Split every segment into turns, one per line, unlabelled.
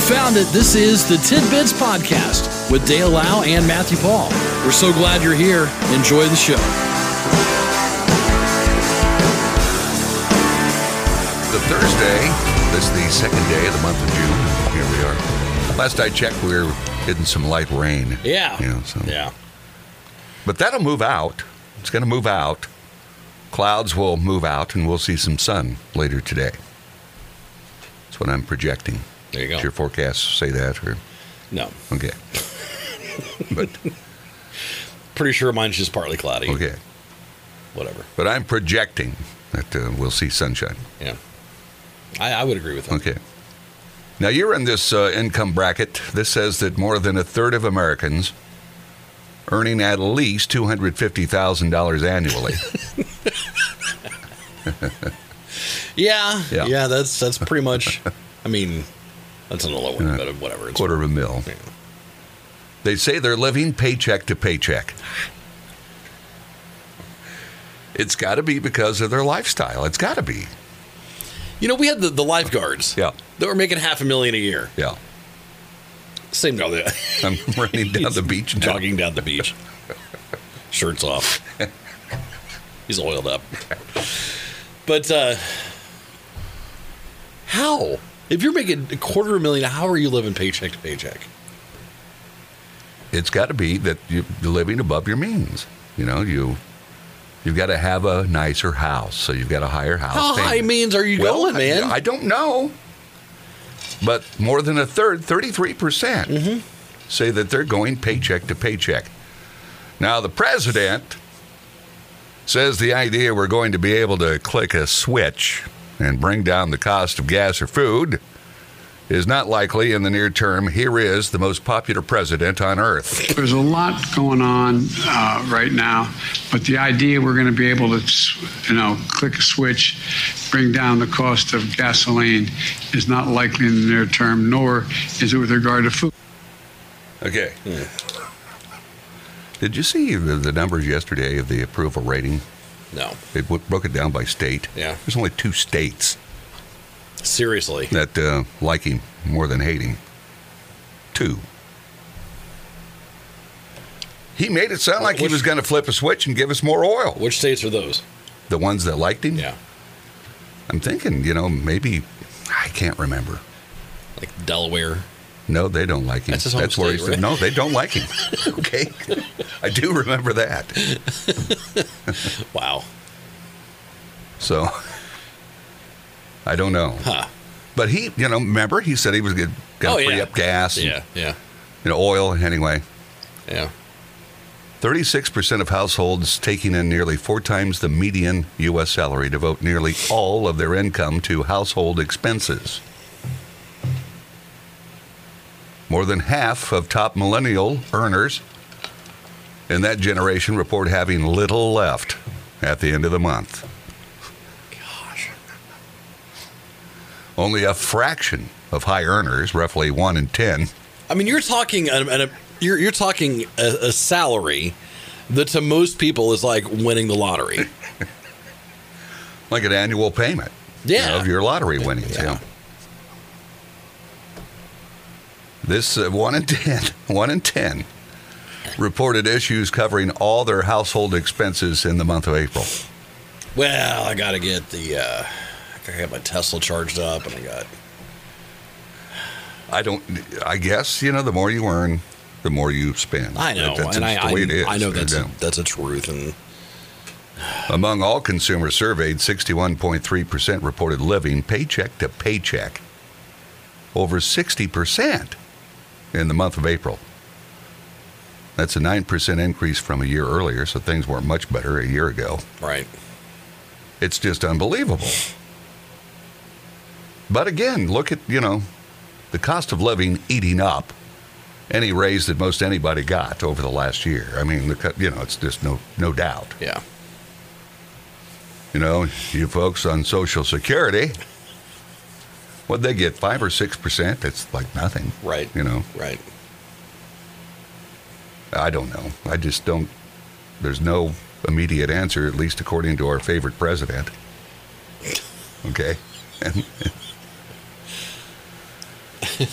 found it. This is the Tidbits Podcast with Dale Lau and Matthew Paul. We're so glad you're here. Enjoy the show.
The Thursday, this is the second day of the month of June. Here we are. Last I checked, we were getting some light rain.
Yeah.
You know, so.
Yeah.
But that'll move out. It's going to move out. Clouds will move out, and we'll see some sun later today. That's what I'm projecting.
There you go.
Does your forecast say that? Or
No.
okay, but
Pretty sure mine's just partly cloudy.
okay.
Whatever.
But I'm projecting that uh, we'll see sunshine.
Yeah. I, I would agree with that.
Okay. Now you're in this uh, income bracket. This says that more than a third of Americans earning at least two hundred fifty thousand dollars annually.
Yeah, yeah.
Yeah.
that's that's pretty much I mean that's on the low end, but whatever. It's
quarter of a mil.
Yeah.
They say they're living paycheck to paycheck. It's got to be because of their lifestyle. It's got to be.
You know, we had the, the lifeguards
Yeah.
that were making half a million a year.
Yeah.
Same guy that
I'm running down the beach and talking.
jogging down the beach. Shirts off. He's oiled up. But uh how? If you're making a quarter of a million, how are you living paycheck to paycheck?
It's got to be that you're living above your means. You know, you you've got to have a nicer house, so you've got a higher house.
How high
payment.
means are you
Well,
going, man?
I, I don't know. But more than a third, 33%, percent
Mm-hmm.
say that they're going paycheck to paycheck. Now, the president says the idea we're going to be able to click a switch and bring down the cost of gas or food is not likely in the near term. Here is the most popular president on earth.
There's a lot going on uh, right now, but the idea we're going to be able to, s- you know, click a switch, bring down the cost of gasoline is not likely in the near term, nor is it with regard to food.
Okay.
Hmm,
Did you see the, the numbers yesterday of the approval rating?
no.
They w- broke it down by state.
Yeah.
There's only two states
Seriously.
that uh, like him more than hate him. Two. He made it sound like he
Which-
was going to flip a switch and give us more oil.
Which states are those?
The ones that liked him?
Yeah.
I'm thinking, you know, maybe, I can't remember.
Like Delaware.
No, they don't like him.
That's his home
where
state,
he said,
right?
no, they don't like him. okay. I do remember that.
Wow.
So, I don't know.
Huh.
But he, you know, remember he said he was going to
Oh,
free
yeah.
up gas and
Yeah, yeah,
you know, oil anyway.
yeah.
36% of households taking in nearly four times the median U.S. salary devote nearly all of their income to household expenses. More than half of top millennial earners in that generation report having little left at the end of the month.
Gosh.
Only a fraction of high earners, roughly one in 10,
I mean, you're talking an, an, a, you're you're talking a, a salary that to most people is like winning the lottery.
like an annual payment
Yeah.
of your lottery winnings. Yeah.
Yeah.
This uh, one in ten, one in ten, reported issues covering all their household expenses in the month of April.
Well, I got to get the uh, I gotta get my Tesla charged up, and I got
I don't. I guess you know the more you earn, the more you spend.
I know,
That- that's
and
just
I
the way it is.
I, I know that's
You
a, that's a truth, and
Among all consumers surveyed, 61.3% reported living paycheck to paycheck. Over 60% in the month of April. That's a 9% increase from a year earlier, so things weren't much better a year ago.
right.
It's just unbelievable. But again, look at, you know, the cost of living eating up any raise that most anybody got over the last year. I mean, the, co- you know, it's just no no doubt.
Yeah,
You know, you folks on Social Security, what they get five or six percent? That's like nothing,
right,
you know.
right.
I don't know. I just don't. There's no immediate answer, at least according to our favorite president. Okay,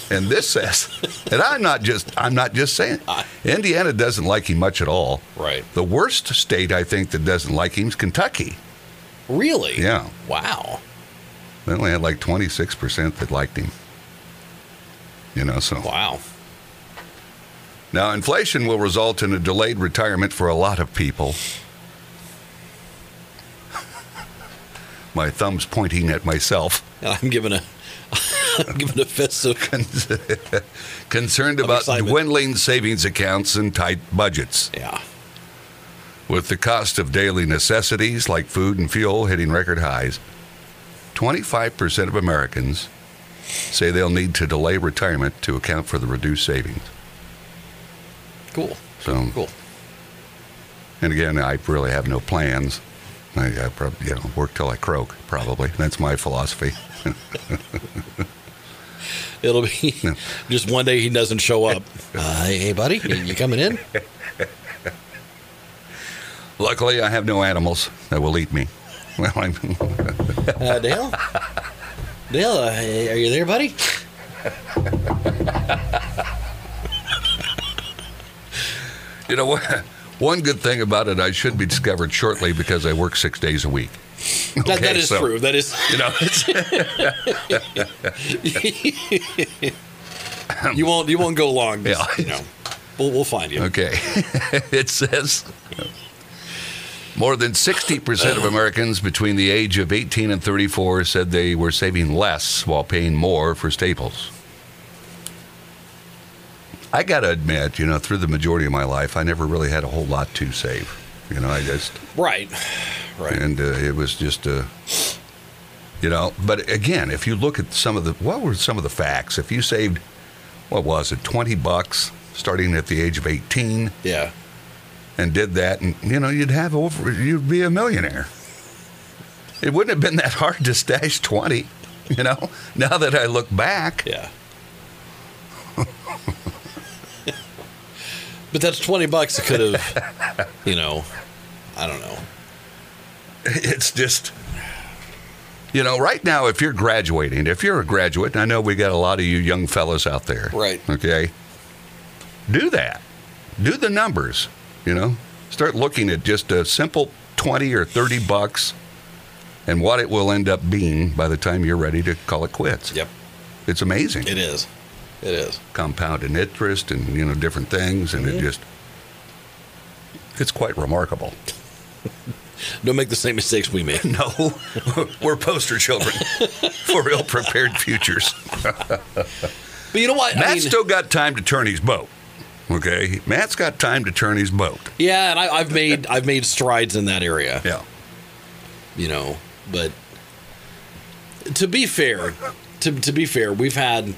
and this says, and I'm not just I'm not just saying, Indiana doesn't like him much at all.
Right.
The worst state I think that doesn't like him is Kentucky.
Really?
Yeah.
Wow.
They only had like 26 percent that liked him. You know, so
Wow.
now inflation will result in a delayed retirement for a lot of people. my thumb's pointing at myself.
And I'm giving a I'm giving a fist of
concerned about
excitement.
dwindling savings accounts and tight budgets.
yeah.
With the cost of daily necessities like food and fuel hitting record highs, 25% of Americans say they'll need to delay retirement to account for the reduced savings.
Cool.
So,
Cool.
and again, I really have no plans. I, I probably, you know, work till I croak, probably. That's my philosophy.
It'll be just one day he doesn't show up. Uh, hey, hey, buddy, you, you coming in?
Luckily, I have no animals that will eat me. Well, I'm,
Uh, Dale? Dale, uh, hey, are you there, buddy?
You know, one good thing about it, I should be discovered shortly because I work six days a week.
that, that
Okay,
is
so-
true. That is.
You know, it's,
You won't. You won't go long. Just,
Yeah.
You know, we'll, we'll find you.
okay. it says more than 60% of Americans between the age of 18 and 34 said they were saving less while paying more for staples. I got to admit, you know, through the majority of my life, I never really had a whole lot to save. You know, I just.
Right. Right.
and uh, it was just uh, you know but again if you look at some of the what were some of the facts if you saved what was it 20 bucks starting at the age of 18
Yeah.
and did that and you know you'd have over you'd be a millionaire it wouldn't have been that hard to stash 20 you know now that i look back
Yeah. but that's twenty bucks. It could have. You know. I don't know.
it's just you know right now if you're graduating if you're a graduate and i know we got a lot of you young fellas out there
Right.
okay do that do the numbers you know start looking at just a simple 20 or 30 bucks and what it will end up being by the time you're ready to call it quits
Yep.
it's amazing
It is. It is.
compounded interest and you know different things and it just it's quite remarkable
Don't make the same mistakes we made.
No, we're poster children for ill prepared futures.
But you know what?
Matt's
I mean,
still got time to turn his boat. Okay, Matt's got time to turn his boat.
yeah, and I, I've made I've made strides in that area.
Yeah,
you know. But to be fair, to to be fair, we've had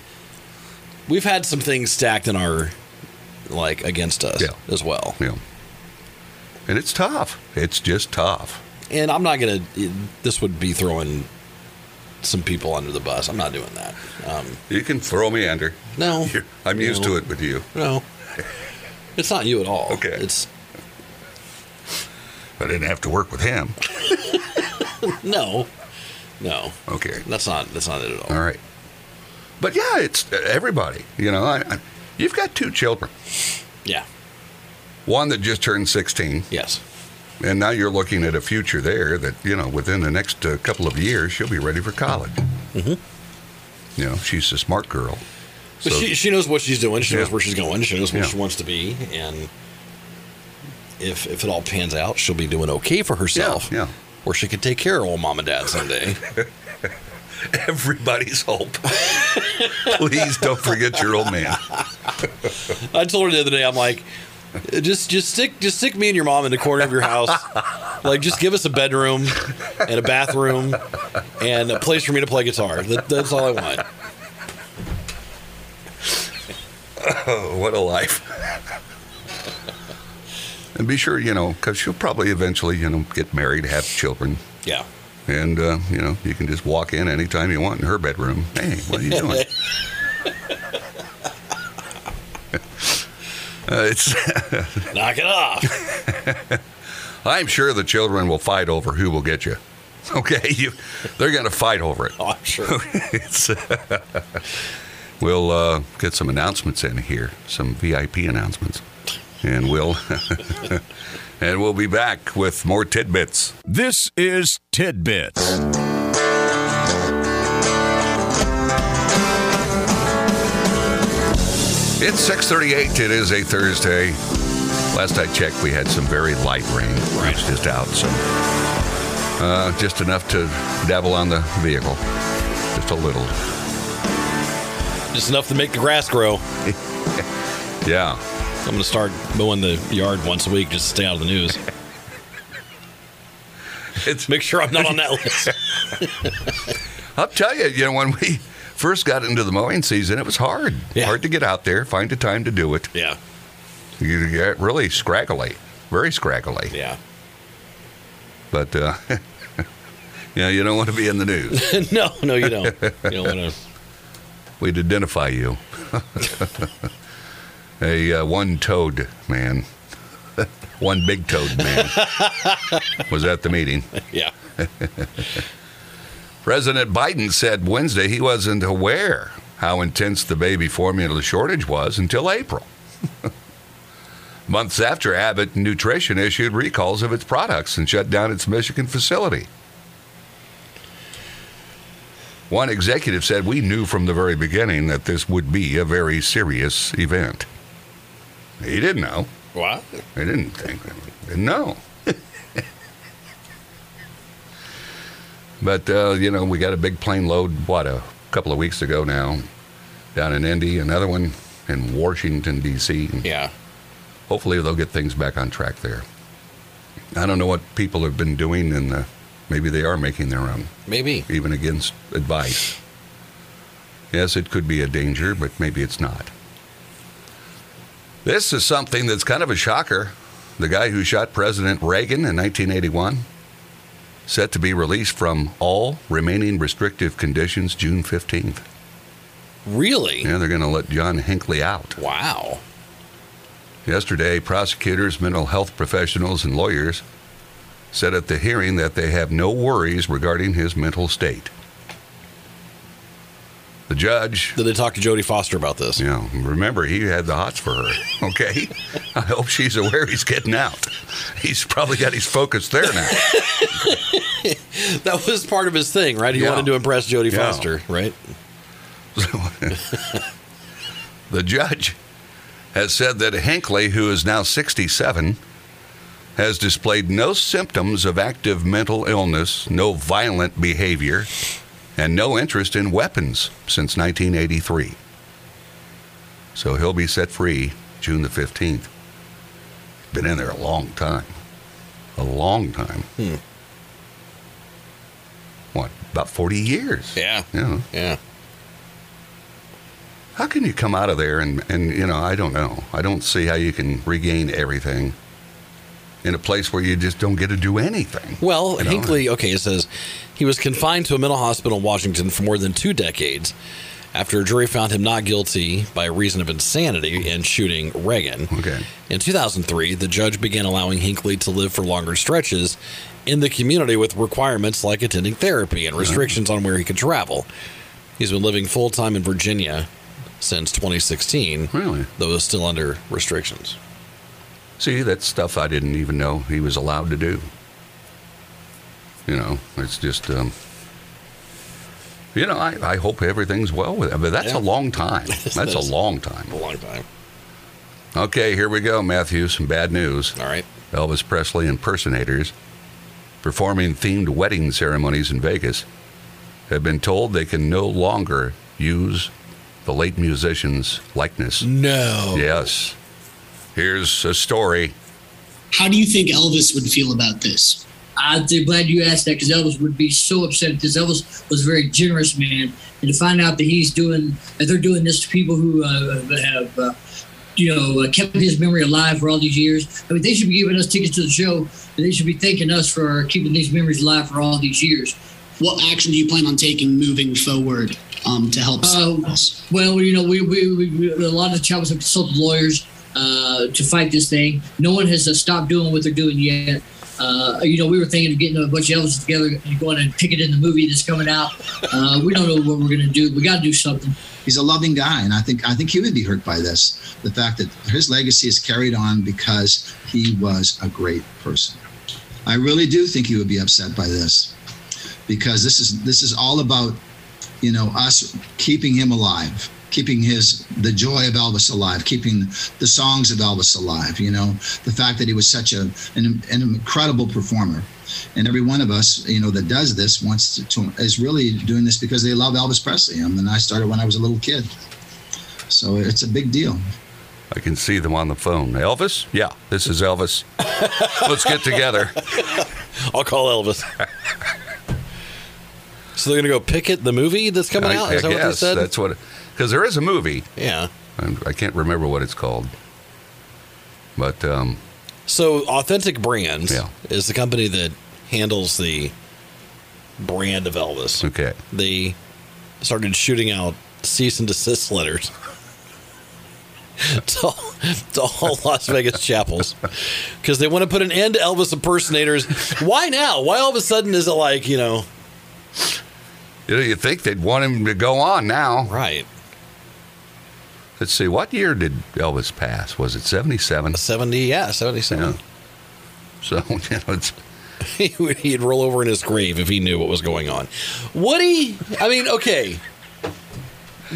we've had some things stacked in our like against us
Yeah.
as well.
yeah. And it's tough. It's just tough.
And I'm not gonna. This would be throwing some people under the bus. I'm not doing that. Um,
You can throw me under.
no,
You're- I'm used to it with you.
No, it's not you at all.
Okay.
it's
I didn't have to work with him.
no, no.
Okay.
That's not that's not it at all.
All right. But yeah, it's everybody. You know, I, I, you've got two children.
Yeah.
One that just turned 16.
Yes.
And now you're looking at a future there that, you know, within the next uh, couple of years, she'll be ready for college. Mm-hmm. You know, she's a smart girl.
But
So-
she, she knows what she's doing. She knows
Yeah.
where she's going. She knows what
Yeah.
she wants to be. And if if it all pans out, she'll be doing okay for herself.
yeah.
Or she could take care of old mom and dad someday.
Everybody's hope. Please don't forget your old man.
I told her the other day, I'm like, just just stick just stick me and your mom in the corner of your house. Like, just give us a bedroom and a bathroom and a place for me to play guitar. That, that's all I want.
Oh, what a life. and be sure, you know, because she'll probably eventually, you know, get married, have children.
Yeah.
And, uh, you know, you can just walk in anytime you want in her bedroom. Hey, what are you doing? uh, it's.
Knock it off.
I'm sure the children will fight over who will get you. Okay, you, they're going to fight over it.
Oh, I'm sure.
It's, We'll uh, get some announcements in here, some VIP announcements, and we'll and we'll be back with more tidbits.
This is Tidbits.
It's 6:38. It is a Thursday. Last I checked, we had some very light rain. Right. It's just out, so uh, just enough to dabble on the vehicle, just a little.
Just enough to make the grass grow.
Yeah.
I'm going to start mowing the yard once a week just to stay out of the news.
It's,
Make sure I'm not on that list.
I'll tell you, you know, when we first got into the mowing season, it was hard.
Yeah.
Hard to get out there, find a time to do it.
Yeah.
You get really scraggly, very scraggly.
Yeah.
But uh, yeah, you don't want to be in the news.
no, no, you don't. You don't want to.
We'd identify you. a uh, one-toed man, one big-toed man was at the meeting.
Yeah.
President Biden said Wednesday he wasn't aware how intense the baby formula shortage was until April. Months after Abbott Nutrition issued recalls of its products and shut down its Michigan facility. One executive said, We knew from the very beginning that this would be a very serious event. He didn't know.
What?
I didn't think. Didn't know. but uh, you know, we got a big plane load. What a couple of weeks ago now, down in Indy. Another one in Washington D.C. and
Yeah.
Hopefully, they'll get things back on track there. I don't know what people have been doing, and uh, maybe they are making their own,
Maybe.
even against advice. Yes, it could be a danger, but maybe it's not. This is something that's kind of a shocker. The guy who shot President Reagan in 1981, set to be released from all remaining restrictive conditions June 15th.
Really?
Yeah, they're going to let John Hinckley out.
Wow.
Yesterday, prosecutors, mental health professionals, and lawyers said at the hearing that they have no worries regarding his mental state. The judge,
Did they talk to Jodie Foster about this?
you know, remember he had the hots for her, okay? I hope she's aware he's getting out. He's probably got his focus there now.
That was part of his thing, right? He
Yeah.
wanted to impress Jodie
Yeah.
Foster, right?
the judge has said that Hinckley, who is now 67, has displayed no symptoms of active mental illness, no violent behavior, and no interest in weapons since 1983. So he'll be set free June the 15th. Been in there a long time. A long time. What, about 40 years?
Yeah.
Yeah.
Yeah.
How can you come out of there and, and you know, I don't know. I don't see how you can regain everything in a place where you just don't get to do anything.
Well,
You know?
Hinckley, okay, it says he was confined to a mental hospital in Washington for more than two decades after a jury found him not guilty by reason of insanity in shooting Reagan.
Okay.
In 2003, the judge began allowing Hinckley to live for longer stretches in the community with requirements like attending therapy and restrictions on where he could travel. He's been living full time in Virginia since 2016,
Really?
though is still under restrictions.
See, that's stuff I didn't even know he was allowed to do. You know, it's just, um, you know, I, I hope everything's well with him. But that's
Yeah.
a long time. That's a
That's-
long time.
A long time.
Okay, here we go, Matthew. Some bad news.
All right.
Elvis Presley impersonators performing themed wedding ceremonies in Vegas have been told they can no longer use the late musician's likeness.
No.
Yes. Here's a story.
How do you think Elvis would feel about this?
I'm glad you asked that because Elvis would be so upset because Elvis was a very generous man, and to find out that he's doing that they're doing this to people who uh, have uh, you know uh, kept his memory alive for all these years. I mean, they should be giving us tickets to the show, and they should be thanking us for keeping these memories alive for all these years.
What action do you plan on taking moving forward um, to help?
Uh, well, you know, we, we, we, we- a lot of the chapels have consulted lawyers uh, to fight this thing. No one has uh, stopped doing what they're doing yet. Uh, you know, we were thinking of getting a bunch of Elvis together and going and picketing the movie that's coming out. Uh, we don't know what we're going to do. We got to do something.
He's a loving guy, and I think I think he would be hurt by this. The fact that his legacy is carried on because he was a great person. I really do think he would be upset by this, because this is this is all about, you know, us keeping him alive keeping his the joy of Elvis alive, keeping the songs of Elvis alive. You know, the fact that he was such a an, an incredible performer, and every one of us, you know, that does this wants to, to is really doing this because they love Elvis Presley. I mean, I started when I was a little kid, so it's a big deal.
I can see them on the phone. Elvis? Yeah, this is Elvis. Let's get together.
I'll call Elvis. so they're gonna go picket the movie that's coming out. Is that what they said?
that's what. Because there is a movie.
yeah.
I'm- I can't remember what it's called. But um,
So Authentic Brands
Yeah.
is the company that handles the brand of Elvis.
okay.
They started shooting out cease and desist letters to all, to all Las Vegas chapels because they want to put an end to Elvis impersonators. Why now? Why all of a sudden is it like, you know,
You know, you'd think they'd want him to go on now.
right,
Let's see, what year did Elvis pass? Was it 77?
70, yeah,
Yeah.
77.
So, you know, it's,
He'd roll over in his grave if he knew what was going on. Would he? I mean, okay.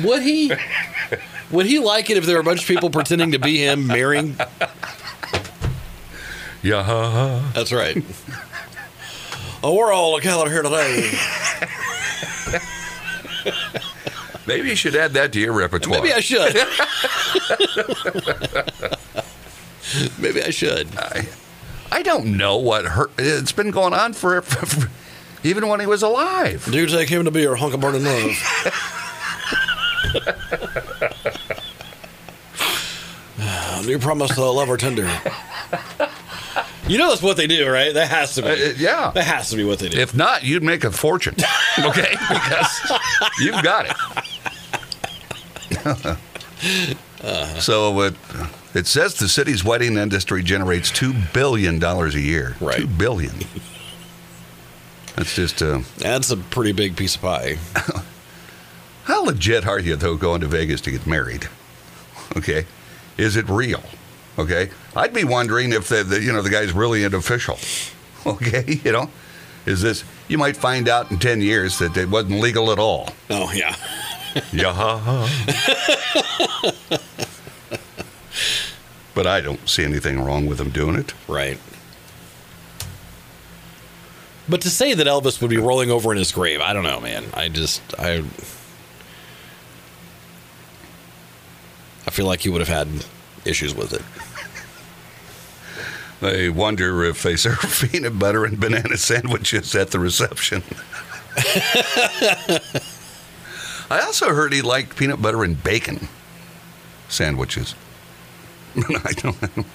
Would he? Would he like it if there were a bunch of people pretending to be him marrying?
yeah, ha, ha.
That's right. Oh, we're all gathered here today.
Maybe you should add that to your repertoire.
Maybe I should. Maybe I should.
I don't know what hurt. It's been going on for, for, for- even when he was alive.
Do you take him to be your hunk of burning love? Do you promise to love her tender? You know that's what they do, right? That has to be.
Uh, yeah.
That has to be what they do.
If not, you'd make a fortune. Okay? Because you've got it. So it, it says the city's wedding industry generates $2 billion a year.
Right.
$2 billion. That's just, uh,
that's a pretty big piece of pie.
how legit are you, though, going to Vegas to get married? Okay? Is it real? Okay? I'd be wondering if the, the you know, the guy's really an official. Okay? You know? Is this, you might find out in 10 years that it wasn't legal at all.
Oh yeah.
Yeah. but I don't see anything wrong with him doing it.
Right. But to say that Elvis would be rolling over in his grave, I don't know, man. I just I I feel like he would have had issues with it.
I wonder if they serve peanut butter and banana sandwiches at the reception. I also heard he liked peanut butter and bacon sandwiches. I don't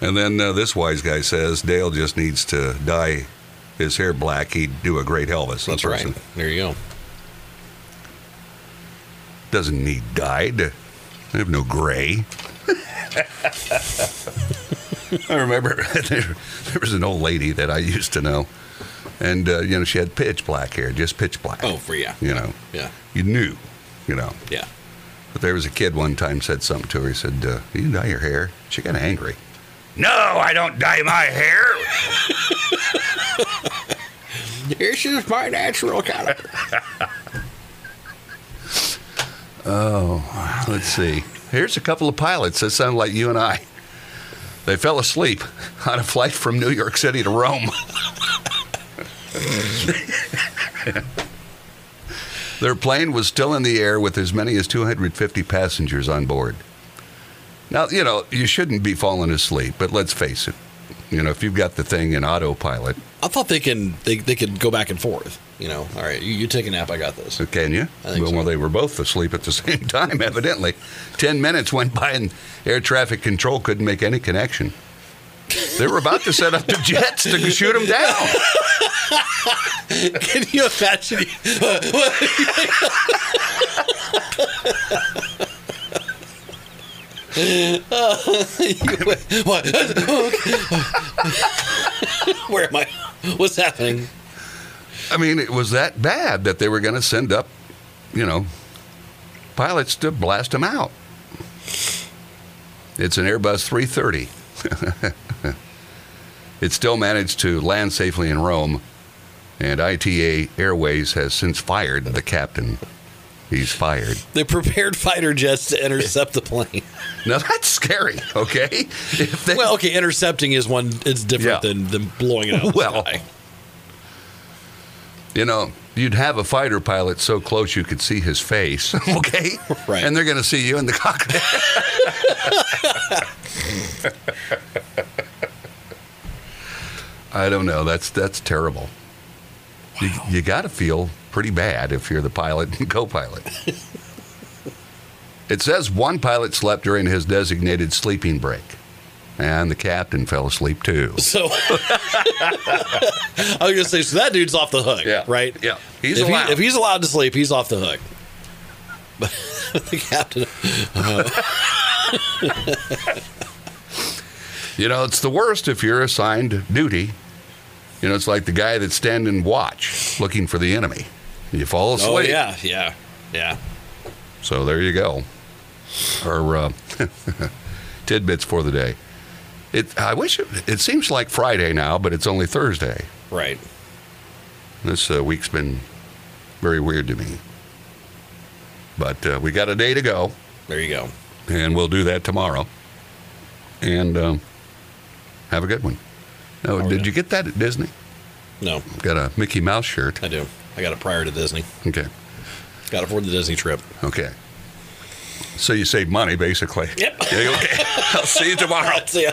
and then uh, this wise guy says Dale just needs to dye his hair black. He'd do a great Elvis. imperson-
There you go.
doesn't need dyed. They have no gray. I remember there, there was an old lady that I used to know, and uh, you know she had pitch black hair, just pitch black.
Oh, for yeah.
you know,
Yeah.
you knew, you know.
Yeah.
But there was a kid one time said something to her. He said, uh, "You dye your hair." She got angry. No, I don't dye my hair.
This is my natural color.
Oh, Let's see. Here's a couple of pilots that sound like you and I. They fell asleep on a flight from New York City to Rome. Their plane was still in the air with as many as 250 passengers on board. Now, you know, you shouldn't be falling asleep, but let's face it. You know, if you've got the thing in autopilot,
I thought they can they, they could go back and forth. You know, all right, you, you take a nap, I got this.
So can you?
I think
well,
so.
well, they were both asleep at the same time, evidently. Ten minutes went by and air traffic control couldn't make any connection. They were about to set up the jets to shoot them down.
Can you imagine? What? Where am I? What's happening?
I mean, it was that bad that they were going to send up, you know, pilots to blast them out. It's an Airbus 330. it still managed to land safely in Rome, and ITA Airways has since fired the captain. He's fired.
They prepared fighter jets to intercept the plane.
Now that's scary, okay? If they,
Well, okay, intercepting is one. It's different
Yeah.
than, than blowing it out. Well,
Well.
sky.
you know, you'd have a fighter pilot so close you could see his face, okay?
Right.
And they're going to see you in the cockpit. I don't know. That's that's terrible. You, you got to feel pretty bad if you're the pilot and co-pilot. it says one pilot slept during his designated sleeping break, and the captain fell asleep too.
so I was gonna say, so that dude's off the hook,
Yeah.
right?
Yeah. He's
if, he-
allowed.
if he's allowed to sleep, he's off the hook. But the captain,
You know, it's the worst if you're assigned duty. You know, it's like the guy that's standing watch looking for the enemy. You fall asleep.
oh yeah, yeah, yeah.
So there you go. Our uh, tidbits for the day. It, I wish it, it seems like Friday now, but it's only Thursday.
Right.
This uh, week's been very weird to me. But uh, we got a day to go.
There you go.
and we'll do that tomorrow. And um, have a good one.
Oh,
No, did you get that at Disney?
No,
Got a Mickey Mouse shirt.
I do. I got it prior to Disney.
Okay,
Got it for the Disney trip.
okay. So you save money, basically.
Yep.
Yeah, okay. I'll see you tomorrow.
See ya.